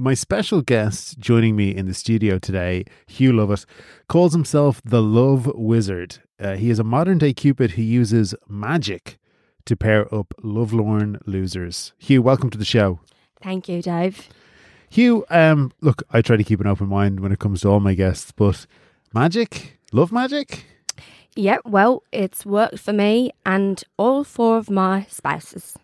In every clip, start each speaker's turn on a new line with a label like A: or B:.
A: My special guest joining me in the studio today, Hugh Lovett, calls himself the Love Wizard. Uh, he is a modern day Cupid who uses magic to pair up lovelorn losers. Hugh, welcome to the show.
B: Thank you, Dave.
A: Hugh, um, look, I try to keep an open mind when it comes to all my guests, but magic, love magic?
B: Yeah, well, it's worked for me and all four of my spouses.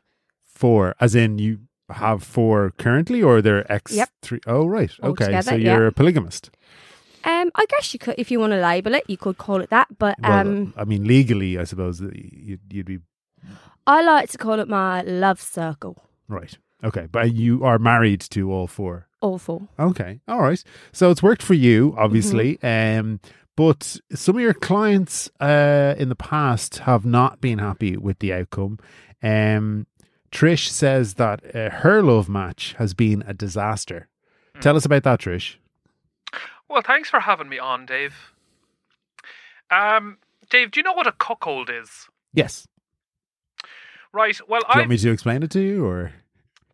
A: Four, as in you have four currently, or they're X
B: Yep.
A: three? Oh, right.
B: All
A: okay.
B: together,
A: so you're
B: yeah.
A: a polygamist.
B: Um, I guess you could, if you want to label it, you could call it that. But
A: Well, uh
B: um,
A: I mean, legally, I suppose that you'd, you'd be
B: I like to call it my love circle.
A: right. Okay. But you are married to all four.
B: Awful.
A: Okay. All right. So it's worked for you, obviously.
C: Mm-hmm.
A: Um, but some of your clients uh, in the past have not been happy with the outcome. Um, Trish says that uh, her love match has been a disaster.
C: Hmm.
A: Tell us about that, Trish.
C: Well, thanks for having me on, Dave. Um, Dave, do you know what a cuckold is?
A: Yes.
C: Right. Well,
A: Do you
C: I
A: want me to explain it to you, or?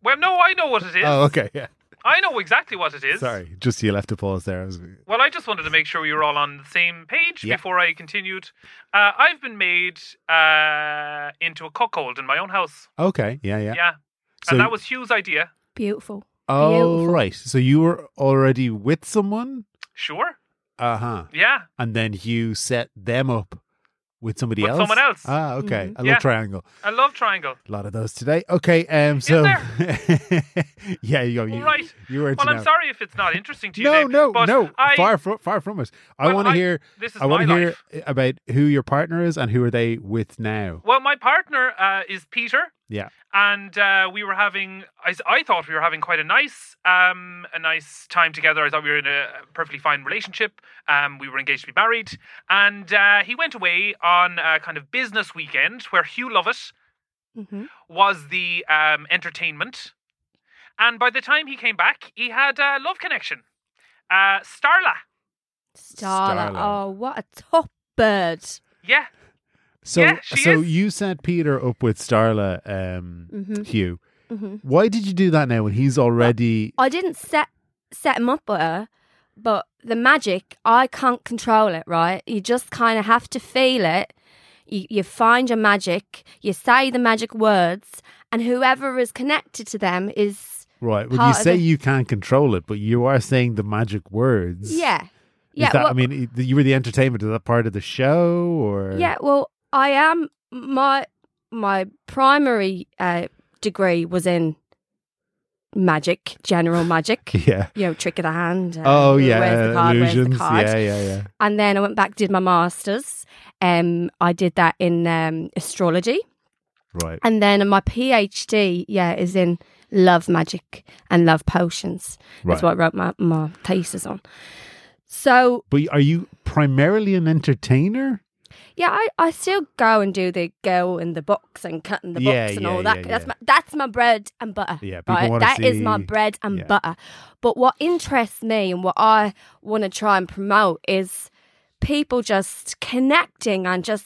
C: well, no, I know what it is.
A: Oh, okay. Yeah.
C: I know exactly what it is.
A: Sorry, just you left a pause there. I was-
C: Well, I just wanted to make sure we were all on the same page
A: Yeah.
C: before I continued. Uh, I've been made uh, into a cuckold in my own house.
A: Okay. Yeah. Yeah.
C: Yeah,
A: So-
C: and that was Hugh's idea.
B: Beautiful.
A: Oh,
B: Beautiful.
A: right. So you were already with someone.
C: Sure.
A: Uh huh.
C: Yeah.
A: and then you set them up with somebody
C: With
A: else.
C: someone else.
A: Ah, okay.
B: Mhm.
A: I love
C: Yeah.
A: triangle.
C: A love triangle.
A: A lot of those today. Okay. Um. So. yeah. You. you
C: Right.
A: You were.
C: Well, I'm sorry if it's not interesting to you,
A: No,
C: Dave,
A: no,
C: but
A: no.
C: I,
A: far, from, far from us. I
C: Well,
A: want to
C: I-
A: hear.
C: This is
A: I
C: my
A: want to hear
C: life.
A: about who your partner is and who are they with now.
C: Well, my partner uh, is Peter.
A: Yeah.
C: and uh, we were having I, I thought we were having quite a nice um, a nice time together i thought we were in a perfectly fine relationship um, we were engaged to be married and uh, he went away on a kind of business weekend where hugh lovett
B: hmm
C: was the um, entertainment and by the time he came back he had a love connection uh, starla
B: Starla.
A: Starla.
B: Oh, what a top bird.
C: yeah
A: So,
C: Yeah, she
A: so
C: is.
A: you set Peter up with Starla, um,
B: Mhm.
A: Hugh.
B: hmm
A: Why did you do that now when he's already?
B: I didn't set set him up with her, but the magic I can't control it. Right, you just kind of have to feel it. You, you find your magic, you say the magic words, and whoever is connected to them is
A: Right. When you
B: part of
A: say
B: the-
A: you can't control it, but you are saying the magic words.
B: yeah,
A: Is
B: yeah.
A: that, I
B: well-
A: mean, i- you were the entertainment. Is that part of the show, or
B: Yeah, well, I am my my primary uh, degree was in magic, general magic.
A: yeah?
B: You know, trick of the hand. uh,
A: Oh yeah,
B: where's the card, where's the
A: illusions.
B: card?
A: Yeah, yeah, yeah.
B: And then I went back, did my masters. Um, I did that in um, astrology,
A: Right.
B: and then my PhD, yeah, is in love magic and love potions.
A: Right.
B: That's what I wrote my, my thesis on. So
A: But are you primarily an entertainer?
B: Yeah, I, I still go and do the girl in the box and cutting the
A: Yeah,
B: box and
A: yeah,
B: all that.
A: yeah,
B: That's
A: yeah.
B: my that's my bread and butter.
A: Yeah, people
B: right?
A: wanna
B: That is my
A: see-
B: bread and
A: yeah.
B: butter. But what interests me and what I want to try and promote is people just connecting and just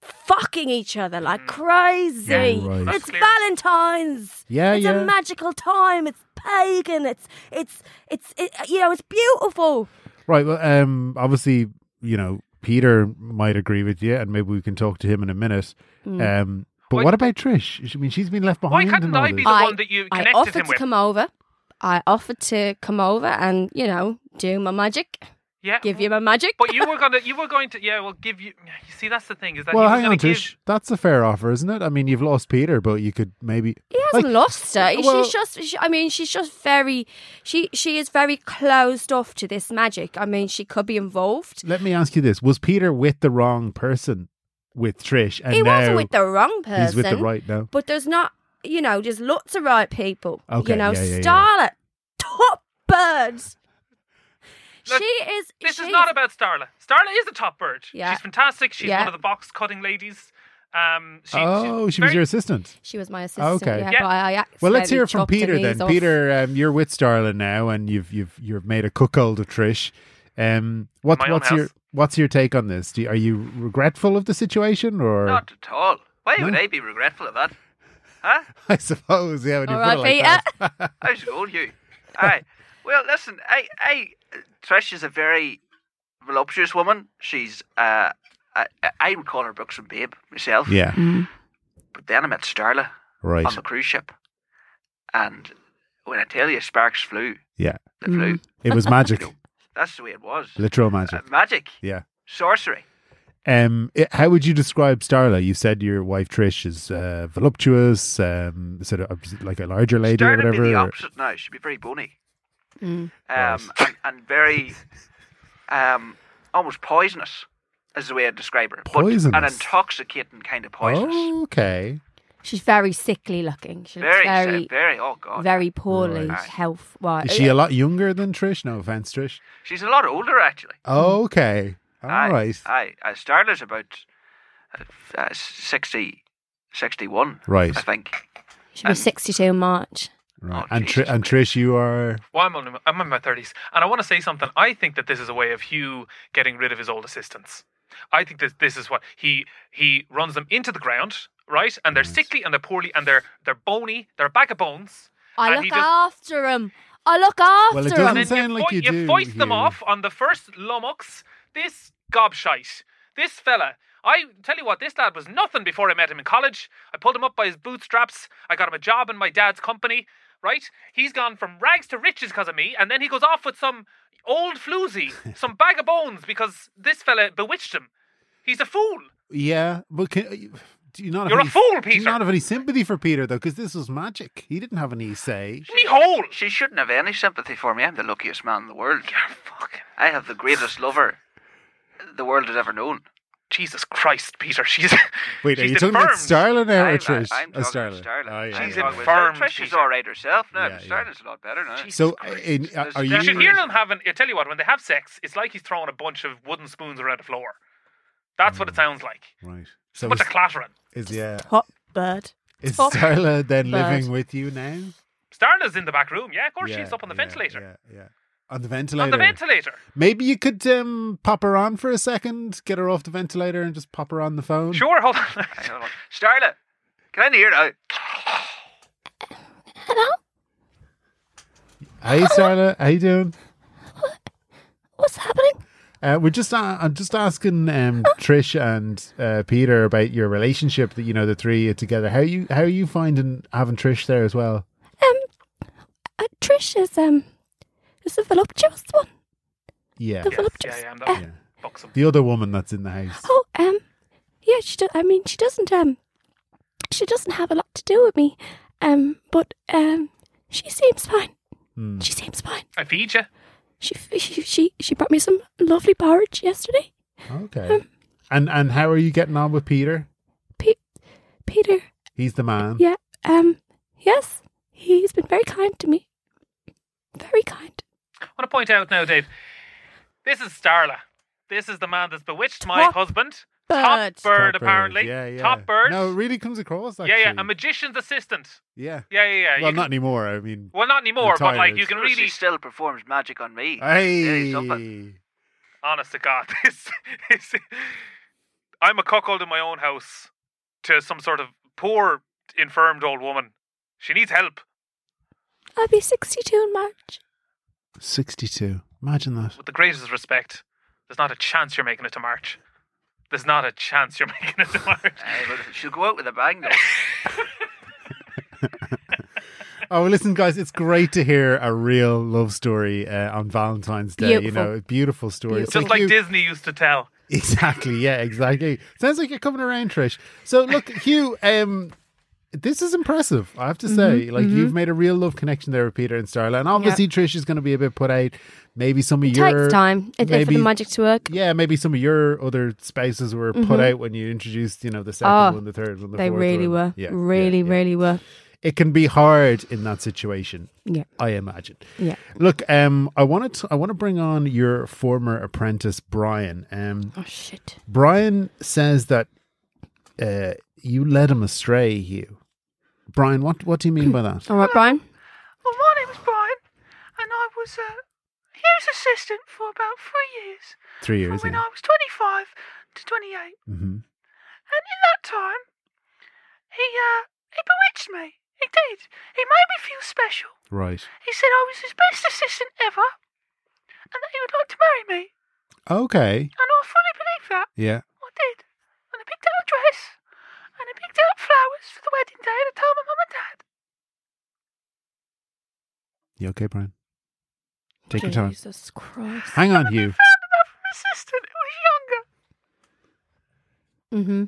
B: fucking each other like crazy.
A: Yeah, right.
B: It's
C: Mm. That's clear.
B: Valentine's.
A: Yeah,
B: it's
A: yeah.
B: a magical time. It's pagan. It's it's it's it, you know it's beautiful.
A: Right. Well, um, obviously, you know, Peter might agree with you, and maybe we can talk to him in a minute.
B: Hmm.
A: Um, but
C: Why-
A: what about Trish? I mean, she's been left
C: why
A: behind.
C: couldn't
A: in all
C: i be
A: this.
C: the
B: I-
C: one that you
B: I
C: connected
B: offered
C: him
B: to
C: with
B: come over. I offered to come over and you know do my magic,
C: yeah
B: give you my magic.
C: but you were gonna you were going to yeah well give you you see that's the thing is that
A: Well,
C: he was
A: hang
C: gonna
A: on,
C: give,
A: Trish. That's a fair offer, isn't it? I mean, you've lost Peter, but you could maybe.
B: he
A: like,
B: hasn't lost her.
A: well-
B: she's just. She, I mean, she's just very. She she is very closed off to this magic. I mean, she could be involved.
A: Let me ask you this: Was Peter with the wrong person with Trish, and
B: he
A: now
B: wasn't with the wrong person.
A: he's with the right now?
B: But there's not. You know, there's lots of right people.
A: Okay,
B: you know,
A: yeah, yeah, yeah.
B: Starlet, top birds.
C: Look,
B: she is.
C: This is
B: she's-
C: not about Starla. Starla is a top bird.
B: Yeah.
C: She's fantastic. She's
B: Yeah.
C: one of the box cutting ladies. Um, she,
A: oh,
C: she's
A: she was
C: very-
A: your assistant.
B: She was my assistant.
A: Okay.
B: Yeah,
C: Yeah.
B: But I
A: Well, let's
B: accidentally
A: hear from
B: chopped her
A: Peter
B: knees
A: then.
B: off.
A: Peter, um, you're with Starla now, and you've you've you've made a cuckold of Trish. Um, what
C: In my own
A: what's your
C: house.
A: what's your take on this? Do you, are you regretful of the situation, or
D: Not at all. Why would
A: No?
D: I be regretful of that? Huh?
A: I suppose. Yeah, when you
B: All
A: put
B: right,
A: it like
B: Peter.
A: that.
D: How's it going, you? Aye. Well, listen, I, I, Trish is a very voluptuous woman. She's, uh, I, I- I would call her Brooks and Babe myself.
A: Yeah,
D: But then I met Starla
A: right.
D: on the cruise ship, and when I tell you, sparks flew.
A: Yeah.
D: They flew.
A: It was magic,
D: That's the way it was.
A: literal magic.
D: Uh, magic,
A: Yeah.
D: sorcery.
A: Um, it- how would you describe Starla? You said your wife Trish is uh, voluptuous, um, sort of obs- like a larger lady or
D: Starla would be the
A: whatever.
D: opposite now. She'd be very bony.
B: Mm.
D: um, and, and very um, almost poisonous, is the way I describe her. But an
A: Poisonous?
D: intoxicating kind of poisonous.
A: Oh, okay.
B: She's very sickly looking. She's
D: very,
B: very,
D: very, very, oh god.
B: very poorly
A: Right.
B: health wise.
A: Is she a lot younger than Trish? No offense, Trish.
D: She's a lot older actually.
A: Okay. All
D: aye,
A: right.
D: Aye, aye. Starla's about uh, uh, 60, 61,
A: Right.
D: I think.
B: She'll be
D: and-
B: 62 in March.
A: Right.
D: Oh,
A: and, Tri-
D: Jesus
A: and Trish, you are.
C: Well, I'm, only, I'm in my 30s, and I want to say something. I think that this is a way of Hugh getting rid of his old assistants. I think that this is what he he runs them into the ground, right? And they're
A: Nice.
C: sickly and they're poorly and they're they're bony, they're a bag of bones.
B: I
C: And
B: look
C: he just-
B: after him. I look after
A: Well, it
B: him.
A: doesn't
C: and then
A: sound
C: you,
A: like
C: fo-
A: you
C: you
A: do,
C: foist them
A: Hugh.
C: off on the first lummox. This gobshite, this fella. I tell you what, this lad was nothing before I met him in college. I pulled him up by his bootstraps. I got him a job in my dad's company. Right? He's gone from rags to riches because of me, and then he goes off with some old floozy, some bag of bones, because this fella bewitched him. He's a fool.
A: Yeah. But can, do you not have
C: You're a
A: any-
C: fool,
A: Do you
C: Peter.
A: not have any sympathy for Peter, though? Because this was magic. He didn't have any say.
C: Me whole.
D: She shouldn't have any sympathy for me. I'm the luckiest man in the world.
C: Fucking
D: I have the greatest lover the world has ever known.
C: Jesus Christ, Peter. She's
A: Wait,
C: she's
A: are you talking about
C: infirmed.
A: Starla now or
D: I'm,
A: Trish?
D: I'm
A: Oh,
D: talking to Starla.
A: Oh, yeah,
D: I'm
C: She's
A: yeah.
D: talking with her.
C: infirmed,
D: Trish is
C: Peter.
D: all right herself now.
A: Yeah,
D: but
A: yeah.
D: Starla's a lot better now.
A: So, uh, in, uh,
D: There's
A: are
C: You
A: you?
D: definitely-
C: should hear him having. I tell you what, when they have sex, it's like he's throwing a bunch of wooden spoons around the floor. That's what it sounds like.
A: Right.
C: A
A: Mm. So
C: bunch
A: is,
C: of clattering.
A: is yeah
B: Hot bird.
A: is
B: Top
A: Starla then
B: bird.
A: living with you now?
C: Starla's in the back room. Yeah, of course
A: Yeah,
C: she's up on the
A: yeah,
C: ventilator.
A: Yeah, yeah. On the ventilator.
C: On the ventilator.
A: Maybe you could um, pop her on for a second, get her off the ventilator, and just pop her on the phone.
C: Sure, hold on.
D: Hang on. Starla, can I hear Uh, now?
B: Hello?
A: Hey, Starla, how you doing?
B: What's happening?
A: Uh, we're just uh, I'm just asking um, Trish and uh, Peter about your relationship. That you know the three together. How you how are you finding having Trish there as well?
B: Uh, Trish is, um, is a voluptuous one.
A: Yeah,
B: The
C: Yes,
B: voluptuous.
C: yeah, yeah, I'm
B: Uh,
C: that
A: yeah.
C: buxom.
A: The other woman that's in the house.
B: Oh, um, yeah, she does. I mean, she doesn't, um, she doesn't have a lot to do with me, um, but, um, she seems fine.
A: Hmm.
B: She seems fine.
C: I feed you.
B: She, she, she, she brought me some lovely porridge yesterday.
A: Okay. And and how are you getting on with Peter?
B: Pe- Peter,
A: He's the man.
B: yeah, um, yes, he's been very kind to me. Very kind.
C: I want to point out now, Dave. This is Starla. This is the man that's bewitched my
B: Top
C: husband.
B: bird.
C: Top bird, apparently.
A: Yeah, yeah.
C: Top bird.
A: No, it really comes across. Actually.
C: yeah, yeah. A magician's assistant.
A: yeah.
C: Yeah, yeah, yeah. You
A: Well,
C: can-
A: not anymore. I mean,
C: well, not anymore, but like
A: Retired.
C: you can
D: She
C: really
D: still performs magic on me.
A: hey,
D: Hey, something.
C: honest to God, this, this, I'm a cuckold in my own house to some sort of poor, infirmed old woman. She needs help.
B: I'll be 62 in March.
A: sixty-two. Imagine that.
C: With the greatest respect, there's not a chance you're making it to March. There's not a chance you're making it to March.
D: Aye, well, she'll go out with a bang though.
A: Oh, well, listen, guys, it's great to hear a real love story uh, on Valentine's Day. You
B: Beautiful.
A: know, a beautiful story.
B: Beautiful.
C: Just
A: Thank
C: like
A: you-
C: Disney used to tell.
A: Exactly. Yeah. Exactly. Sounds like you're coming around, Trish. So look, Hugh. Um, this is impressive. I have to
B: Mm-hmm,
A: say, like you've made a real love connection there with Peter and Starla, and obviously Trish is going to be a bit put out. Maybe some of
B: It
A: your
B: takes time it, for the
A: maybe-
B: magic to work.
A: Yeah, maybe some of your other spouses were put out when you introduced, you know, the second
B: Oh,
A: one, the third one, the
B: Mm-hmm. They
A: fourth
B: really
A: one.
B: were.
A: Yeah,
B: really,
A: yeah, yeah.
B: really were.
A: It can be hard in that situation.
B: Yeah.
A: I imagine.
B: Yeah.
A: Look, um, I wanted to, I want to bring on your former apprentice Brian. Um,
B: Oh, shit.
A: Brian says that uh, you led him astray, Hugh. Brian, what what do you mean by that?
B: All right, Brian.
E: Well, my name was Brian, and I was uh, Hugh's assistant for about three years,
A: Three
E: from
B: oh
A: years.
E: when
A: Yeah.
E: I was 25 to 28.
A: hmm
E: And in that time, he uh,
D: He bewitched me. He did. He made me feel special.
A: Right.
D: He said I was his best assistant ever and that he would like to marry me.
A: Okay.
D: And I fully believed that.
A: Yeah.
D: I did. And I picked out a dress and I picked out flowers for the wedding day and I told my mum and dad.
A: You okay, Brian? Take your time.
B: Jesus Christ.
A: Hang on, Hugh.
D: Found another assistant who was younger.
B: Mm-hmm.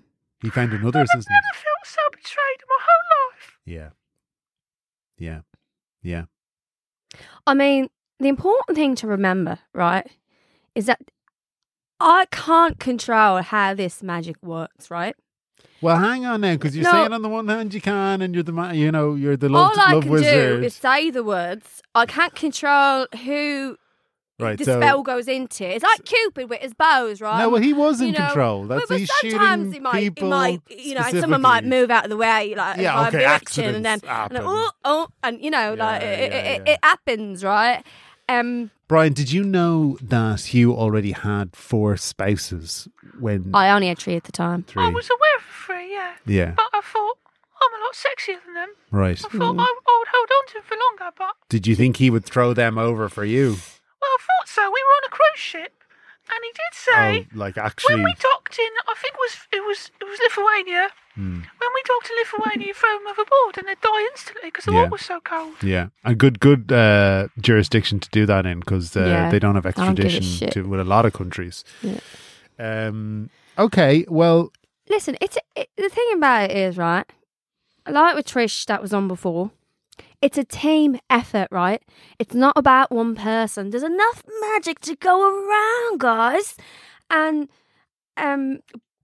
A: He found another
D: I've
A: assistant.
D: never felt so betrayed in my whole life.
A: Yeah. Yeah. Yeah.
B: I mean, the important thing to remember, right, is that I can't control how this magic works, right?
A: Well, hang on now, because you're
B: No.
A: saying on the one hand you can, and you're the ma- you know you're the love,
B: All I
A: love
B: can
A: wizard,
B: do is say the words. I can't control who
A: right?
B: the
A: so
B: spell goes into. It's like Cupid with his bows, right?
A: no, well, he was in
B: you know,
A: control. That's
B: but, but
A: he's shooting
B: sometimes he might,
A: people.
B: he might, you know, someone might
A: specifically.
B: move out of the way, like
A: Yeah,
B: if
A: okay,
B: I'm bewitching, and then
A: accidents
B: and
A: happen.
B: then, oh, oh, and you know, like
A: Yeah,
B: it,
A: yeah,
B: it,
A: yeah.
B: it happens, right? Um,
A: Brian, did you know that Hugh already had four spouses when
B: I only had three at the time.
A: three?
D: I was aware of free, yeah.
A: yeah,
D: But I thought, I'm a lot sexier than them.
A: right.
D: I thought I, I would hold on to him for longer, but
A: Did you think he would throw them over for you?
D: Well, I thought so. We were on a cruise ship, and he did say
A: oh, like
D: when
A: actually,
D: we docked in, I think it was it was it was Lithuania.
A: Hmm.
D: When we docked in Lithuania, you throw them overboard and they die instantly because the
A: Yeah.
D: water was so cold.
A: yeah, a good good uh, jurisdiction to do that in because uh,
B: Yeah,
A: they don't have
B: don't give a
A: extradition
B: shit.
A: to with a lot of countries. Um. Okay. Well.
B: Listen, it's it, the thing about it is right. Like with Trish that was on before, it's a team effort, right? It's not about one person. There's enough magic to go around, guys. And um,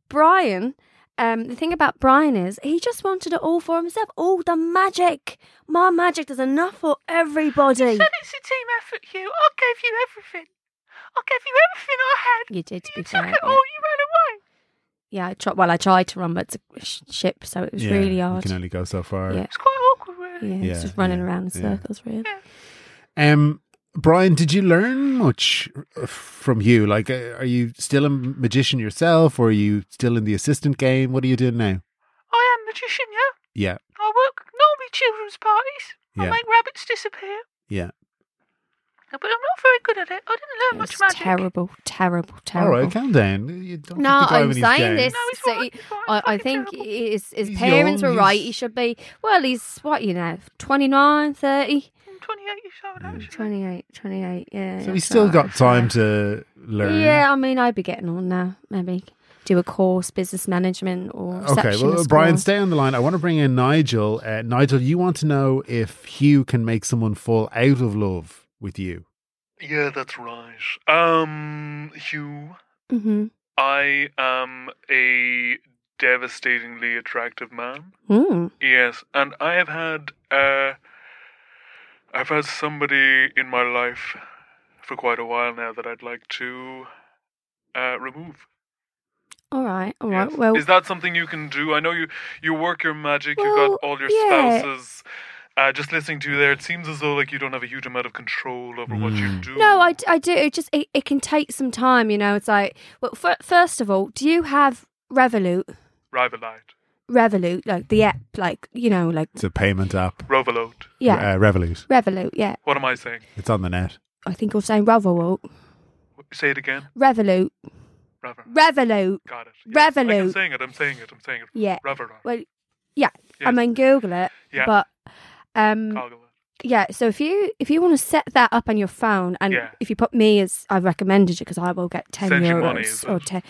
B: Brian, um, the thing about Brian is he just wanted it all for himself. All the magic, my magic. There's enough for everybody.
D: Then it's a team effort, Hugh. I gave you everything. I gave you everything I had.
B: You did, to be
D: You took
B: fair.
D: it all.
B: Yeah,
D: You ran away.
B: yeah I tried. Well, I tried to run, but it's a sh- ship, so it was
A: yeah,
B: really
A: You
B: hard.
A: can only go so far.
B: Yeah.
D: It's quite awkward, really.
B: Yeah,
A: Yeah,
B: it's just running
A: yeah,
B: around in
A: yeah.
B: circles, really.
A: Um, Brian, did you learn much uh, from you? Like, uh, are you still a magician yourself, or are you still in the assistant game? What are you doing now?
D: I am a magician, yeah.
A: Yeah,
D: I work normally children's parties. I
A: Yeah.
D: make rabbits disappear.
A: yeah.
D: But I'm not very good at it. I didn't learn
B: It's
D: much magic.
B: terrible, terrible,
A: All
B: terrible.
A: right, calm down. You don't
B: No,
A: have to go
B: I'm
A: in his
B: saying
A: game.
B: this.
D: No, it's
B: so
D: fine,
B: he-
D: it's fine,
B: I,
D: it's
B: I
D: fucking
B: think
D: terrible.
B: his, his
A: He's
B: parents
A: young,
B: were right.
A: he's-
B: He should be, well, he's what, you know, 29, 30,
D: I'm 28 years old, actually.
B: 28, 28, yeah.
A: So
B: yeah,
A: he's still got
B: so-
A: time to learn.
B: Yeah, I mean, I'd be getting on now, maybe. Do a course, business management or
A: Okay, well,
B: receptionist
A: Brian,
B: course.
A: stay on the line. I want to bring in Nigel. Uh, Nigel, you want to know if Hugh can make someone fall out of love with you?
C: Yeah, that's right. Um, Hugh,
B: Mhm.
C: I am a devastatingly attractive man.
B: Mm.
C: Yes, and I have had uh, I've had somebody in my life for quite a while now that I'd like to uh, remove.
B: All right, all right.
C: Yes.
B: Oh, Well,
C: is that something you can do? I know you you work your magic.
B: Well,
C: you've got all your
B: yeah.
C: spouses. Uh, just listening to you there, it seems as though like you don't have a huge amount of control over what you
A: Mm.
C: do.
B: No, I, d- I do. It just it, it can take some time, you know. It's like, well, f- first of all, do you have Revolut?
C: Rivalite,
B: Revolut, like the app, like you know, like
A: It's a payment app.
C: Rovalote.
B: yeah,
A: Uh, Revolut.
B: Revolut. Yeah,
C: What am I saying?
A: It's on the net.
B: I think you're saying Revolut,
C: Say it again.
B: Revolut,
C: Rather.
B: Revolut.
C: Got it.
B: Revolut.
C: Like, I'm saying it. I'm saying it. I'm saying it.
B: Yeah.
C: Rather.
B: Well, yeah. I
C: Yes.
B: mean, Google it.
C: Yeah.
B: But um,
C: Coggle it.
B: yeah. So if you if you want to set that up on your phone, and
C: Yeah.
B: if you put me as I've recommended you, because I will get ten
C: Send you money, is
B: euros or
C: it?
B: ten,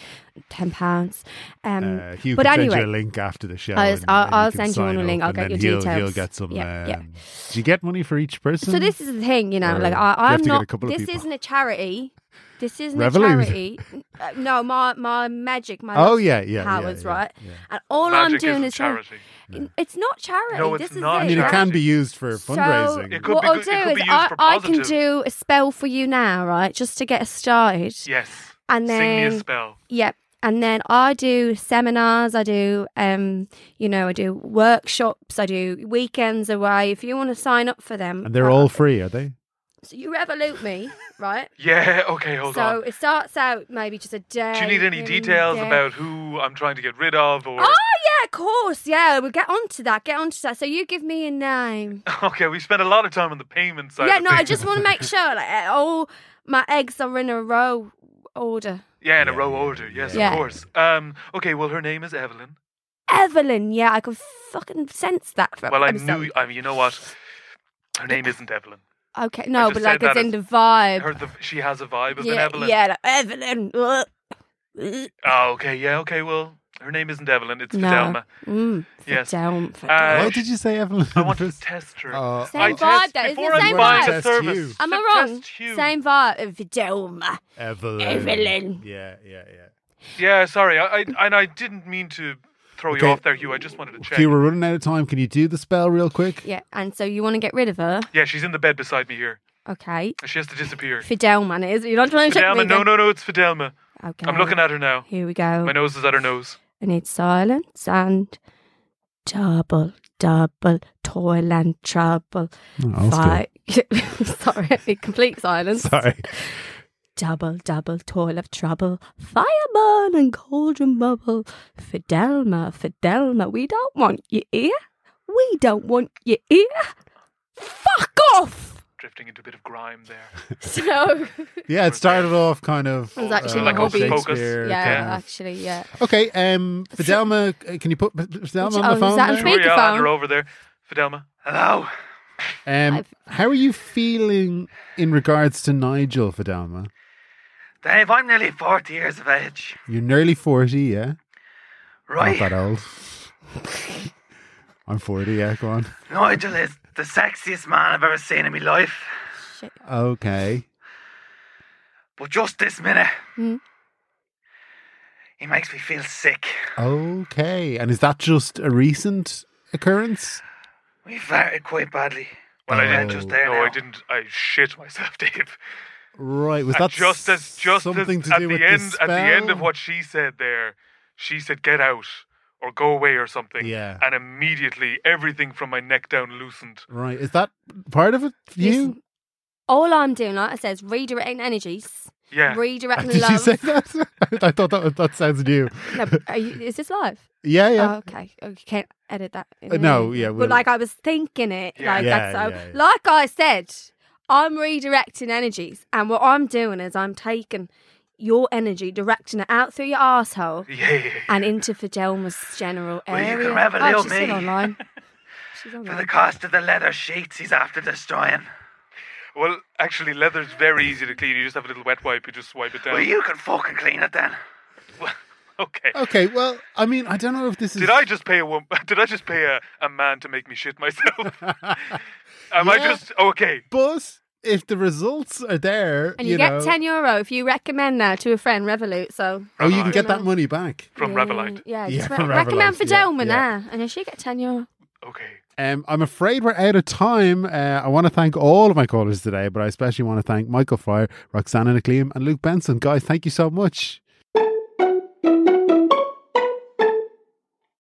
B: 10 pounds. Um,
A: uh, Hugh
B: but
A: can send
B: anyway,
A: you a link after the show.
B: I'll-
A: and-
B: I'll-
A: and
B: I'll
A: can
B: send you
A: sign
B: on a link.
A: up
B: I'll
A: and then
B: get your
A: he'll, He'll
B: details.
A: get some.
B: Yeah, yeah.
A: um, Do you get money for each person?
B: So this is the thing, you know,
A: Or
B: like
A: you
B: I,
A: have
B: I'm
A: to get a
B: not.
A: couple of
B: This
A: people.
B: isn't a charity. This isn't
A: Revolut.
B: a charity. Uh, no, my my magic, my
A: Oh
B: love
A: yeah, yeah. yeah,
B: powers,
A: yeah,
B: right?
A: yeah.
B: And all I'm
C: Magic
B: doing
C: isn't
B: is
C: charity.
B: It's not charity.
C: No, it's
B: this is
C: not
A: I mean, it
C: charity.
A: can be used for
B: So-
A: fundraising.
C: It could
B: what
C: be
B: I'll
C: good-
B: do
C: it could
B: is
C: be used
B: I,
C: for
B: I can
C: positive.
B: do a spell for you now, right? Just to get us started.
C: Yes.
B: And
C: Sing me
B: then-
C: a spell.
B: Yep. And then I do seminars, I do um, you know, I do workshops, I do weekends away. If you want to sign up for them,
A: And they're
B: uh,
A: all free, are they?
B: so you revolute me, right?
C: Yeah. Okay. Hold
B: so
C: on.
B: it starts out maybe just a day.
C: Do you need any
B: in,
C: details
B: day-
C: about who I'm trying to get rid of, or
B: Oh of course. Yeah, we'll get onto that. Get onto that. So you give me a name.
C: Okay, we spent a lot of time on the payment side.
B: yeah,
C: of
B: no, I
C: things.
B: just want to make sure like, all my eggs are in a row order.
C: Yeah, in a
A: Yeah,
C: row
A: yeah,
C: order. Yes,
B: yeah.
C: of course. Um, okay, well, her name is Evelyn.
B: Evelyn, yeah, I could fucking sense that. From,
C: Well, I
B: I'm sorry.
C: knew. I mean, you know what? Her name isn't Evelyn.
B: Okay, no,
C: just
B: but like
C: said
B: it's
C: that
B: in the
C: as-
B: vibe.
C: Her, the, she has a vibe of an
B: yeah,
C: Evelyn.
B: yeah, like, Evelyn. Ugh. Ugh.
C: Oh, okay. Yeah. Okay. Well, her name isn't Evelyn. It's
B: No.
C: Fidelma.
B: Mm,
C: Yes.
B: Down.
C: Uh,
A: Why did you say Evelyn?
C: I want to test her.
A: Oh,
B: Same
C: I
B: vibe,
C: test
B: though, isn't
C: before
B: it?
C: I
B: Same
C: buy
A: vibe.
C: the
A: Test
C: service.
A: you.
B: Am
C: to
B: I wrong?
C: test you.
B: Same vibe. Uh, Fidelma.
A: Evelyn.
B: Evelyn.
A: Yeah, yeah, yeah.
C: Yeah. Sorry. I, I and I didn't mean to throw
A: Okay.
C: you off there, Hugh. I just wanted to check.
A: Hugh, we're running out of time. Can you do the spell real quick?
B: Yeah, and so you want to get rid of her?
C: Yeah, she's in the bed beside me here.
B: Okay.
C: She has to disappear.
B: Fidelma, it is. You're not trying to check me.
C: Fidelma. No,
B: again?
C: no, no. It's Fidelma.
B: Okay.
C: I'm looking at her now.
B: Here we go.
C: My nose is at her nose.
B: I need silence and double, double, toil and trouble.
A: Oh, that's
B: Fi- Sorry, I need complete silence.
A: good. Sorry.
B: Double, double, toil of trouble. Fire burn and cauldron bubble. Fidelma, Fidelma, we don't want your ear. We don't want your ear. Fuck off!
C: Drifting into a bit of grime there.
B: So,
A: Yeah, it started off kind of
B: It was actually
A: uh,
B: Like Hocus
A: Shakespeare
C: Pocus.
B: yeah,
A: kind of-
B: actually, yeah.
A: Okay, um, Fidelma, uh, can you put Fidelma
B: Oh,
A: on the
B: is
A: phone?
B: that
A: there?
B: me?
C: Sure, yeah, I'll hand her
B: Speakerphone.
C: over there. Fidelma.
D: Hello.
A: Um,
B: I've-
A: how are you feeling in regards to Nigel, Fidelma?
D: Dave, I'm nearly 40 years of age.
A: You're nearly 40, yeah? Not that uh,
D: Right.
A: old. I'm 40, yeah, go on.
D: Nigel is the sexiest man I've ever seen in my life.
B: Shit.
A: Okay.
D: But just this minute,
B: Hmm.
D: he makes me feel sick.
A: Okay. And is that just a recent occurrence?
D: We farted quite badly.
A: Well, I
D: We're
A: didn't-
D: just there
C: No,
D: now.
C: I didn't. I shit myself, Dave.
A: Right. Was
C: And
A: that
C: just as just as,
A: something to
C: at
A: do
C: the
A: with
C: end
A: the
C: at the end of
A: spell?
C: what she said there, she said get out or go away or something.
A: Yeah.
C: And immediately everything from my neck down loosened.
A: Right. Is that part of it? for You?
B: Listen, all I'm doing, like I said, is redirecting energies,
C: Yeah.
B: redirecting
A: Did you
B: love.
A: say that? I thought that was, that sounds new.
B: No, are you, is this live?
A: Yeah, yeah.
B: Oh, okay. Oh, you can't edit that. in
A: Uh, no,
B: there.
A: yeah,
B: But
A: we'll-
B: like I was thinking it.
C: Yeah.
B: Like
A: Yeah,
B: that's so,
A: yeah, yeah.
B: like I said, I'm redirecting energies, and what I'm doing is I'm taking your energy, directing it out through your asshole
C: Yeah. yeah, yeah.
B: and into Fidelma's general
D: Well, you
B: area.
D: can have a little
B: oh, she's still
D: me.
B: online. She's
D: For the
B: online.
D: cost of the leather sheets he's after destroying.
C: Well, actually, leather's very easy to clean. You just have a little wet wipe. You just wipe it down.
D: Well, you can fucking clean it then.
C: Okay.
A: Okay, well, I mean, I don't know if this is.
C: Did I just pay a woman? Did I just pay a, a man to make me shit myself? Am I
A: Yeah.
C: just okay?
A: But if the results are there,
B: And you,
A: know,
B: get ten euro if you recommend now to a friend Revolut. So
A: Oh, you can
C: Right.
A: get that money back.
C: From
B: yeah,
C: Revelite.
B: Yeah,
A: Yeah,
B: just re-
A: from Revolite,
B: recommend
A: yeah,
B: Fidelma
A: yeah.
B: now, and if she get ten euro,
C: Okay.
A: Um, I'm afraid we're out of time. Uh, I want to thank all of my callers today, but I especially want to thank Michael Fryer, Roxana McLean, and Luke Benson. Guys, thank you so much.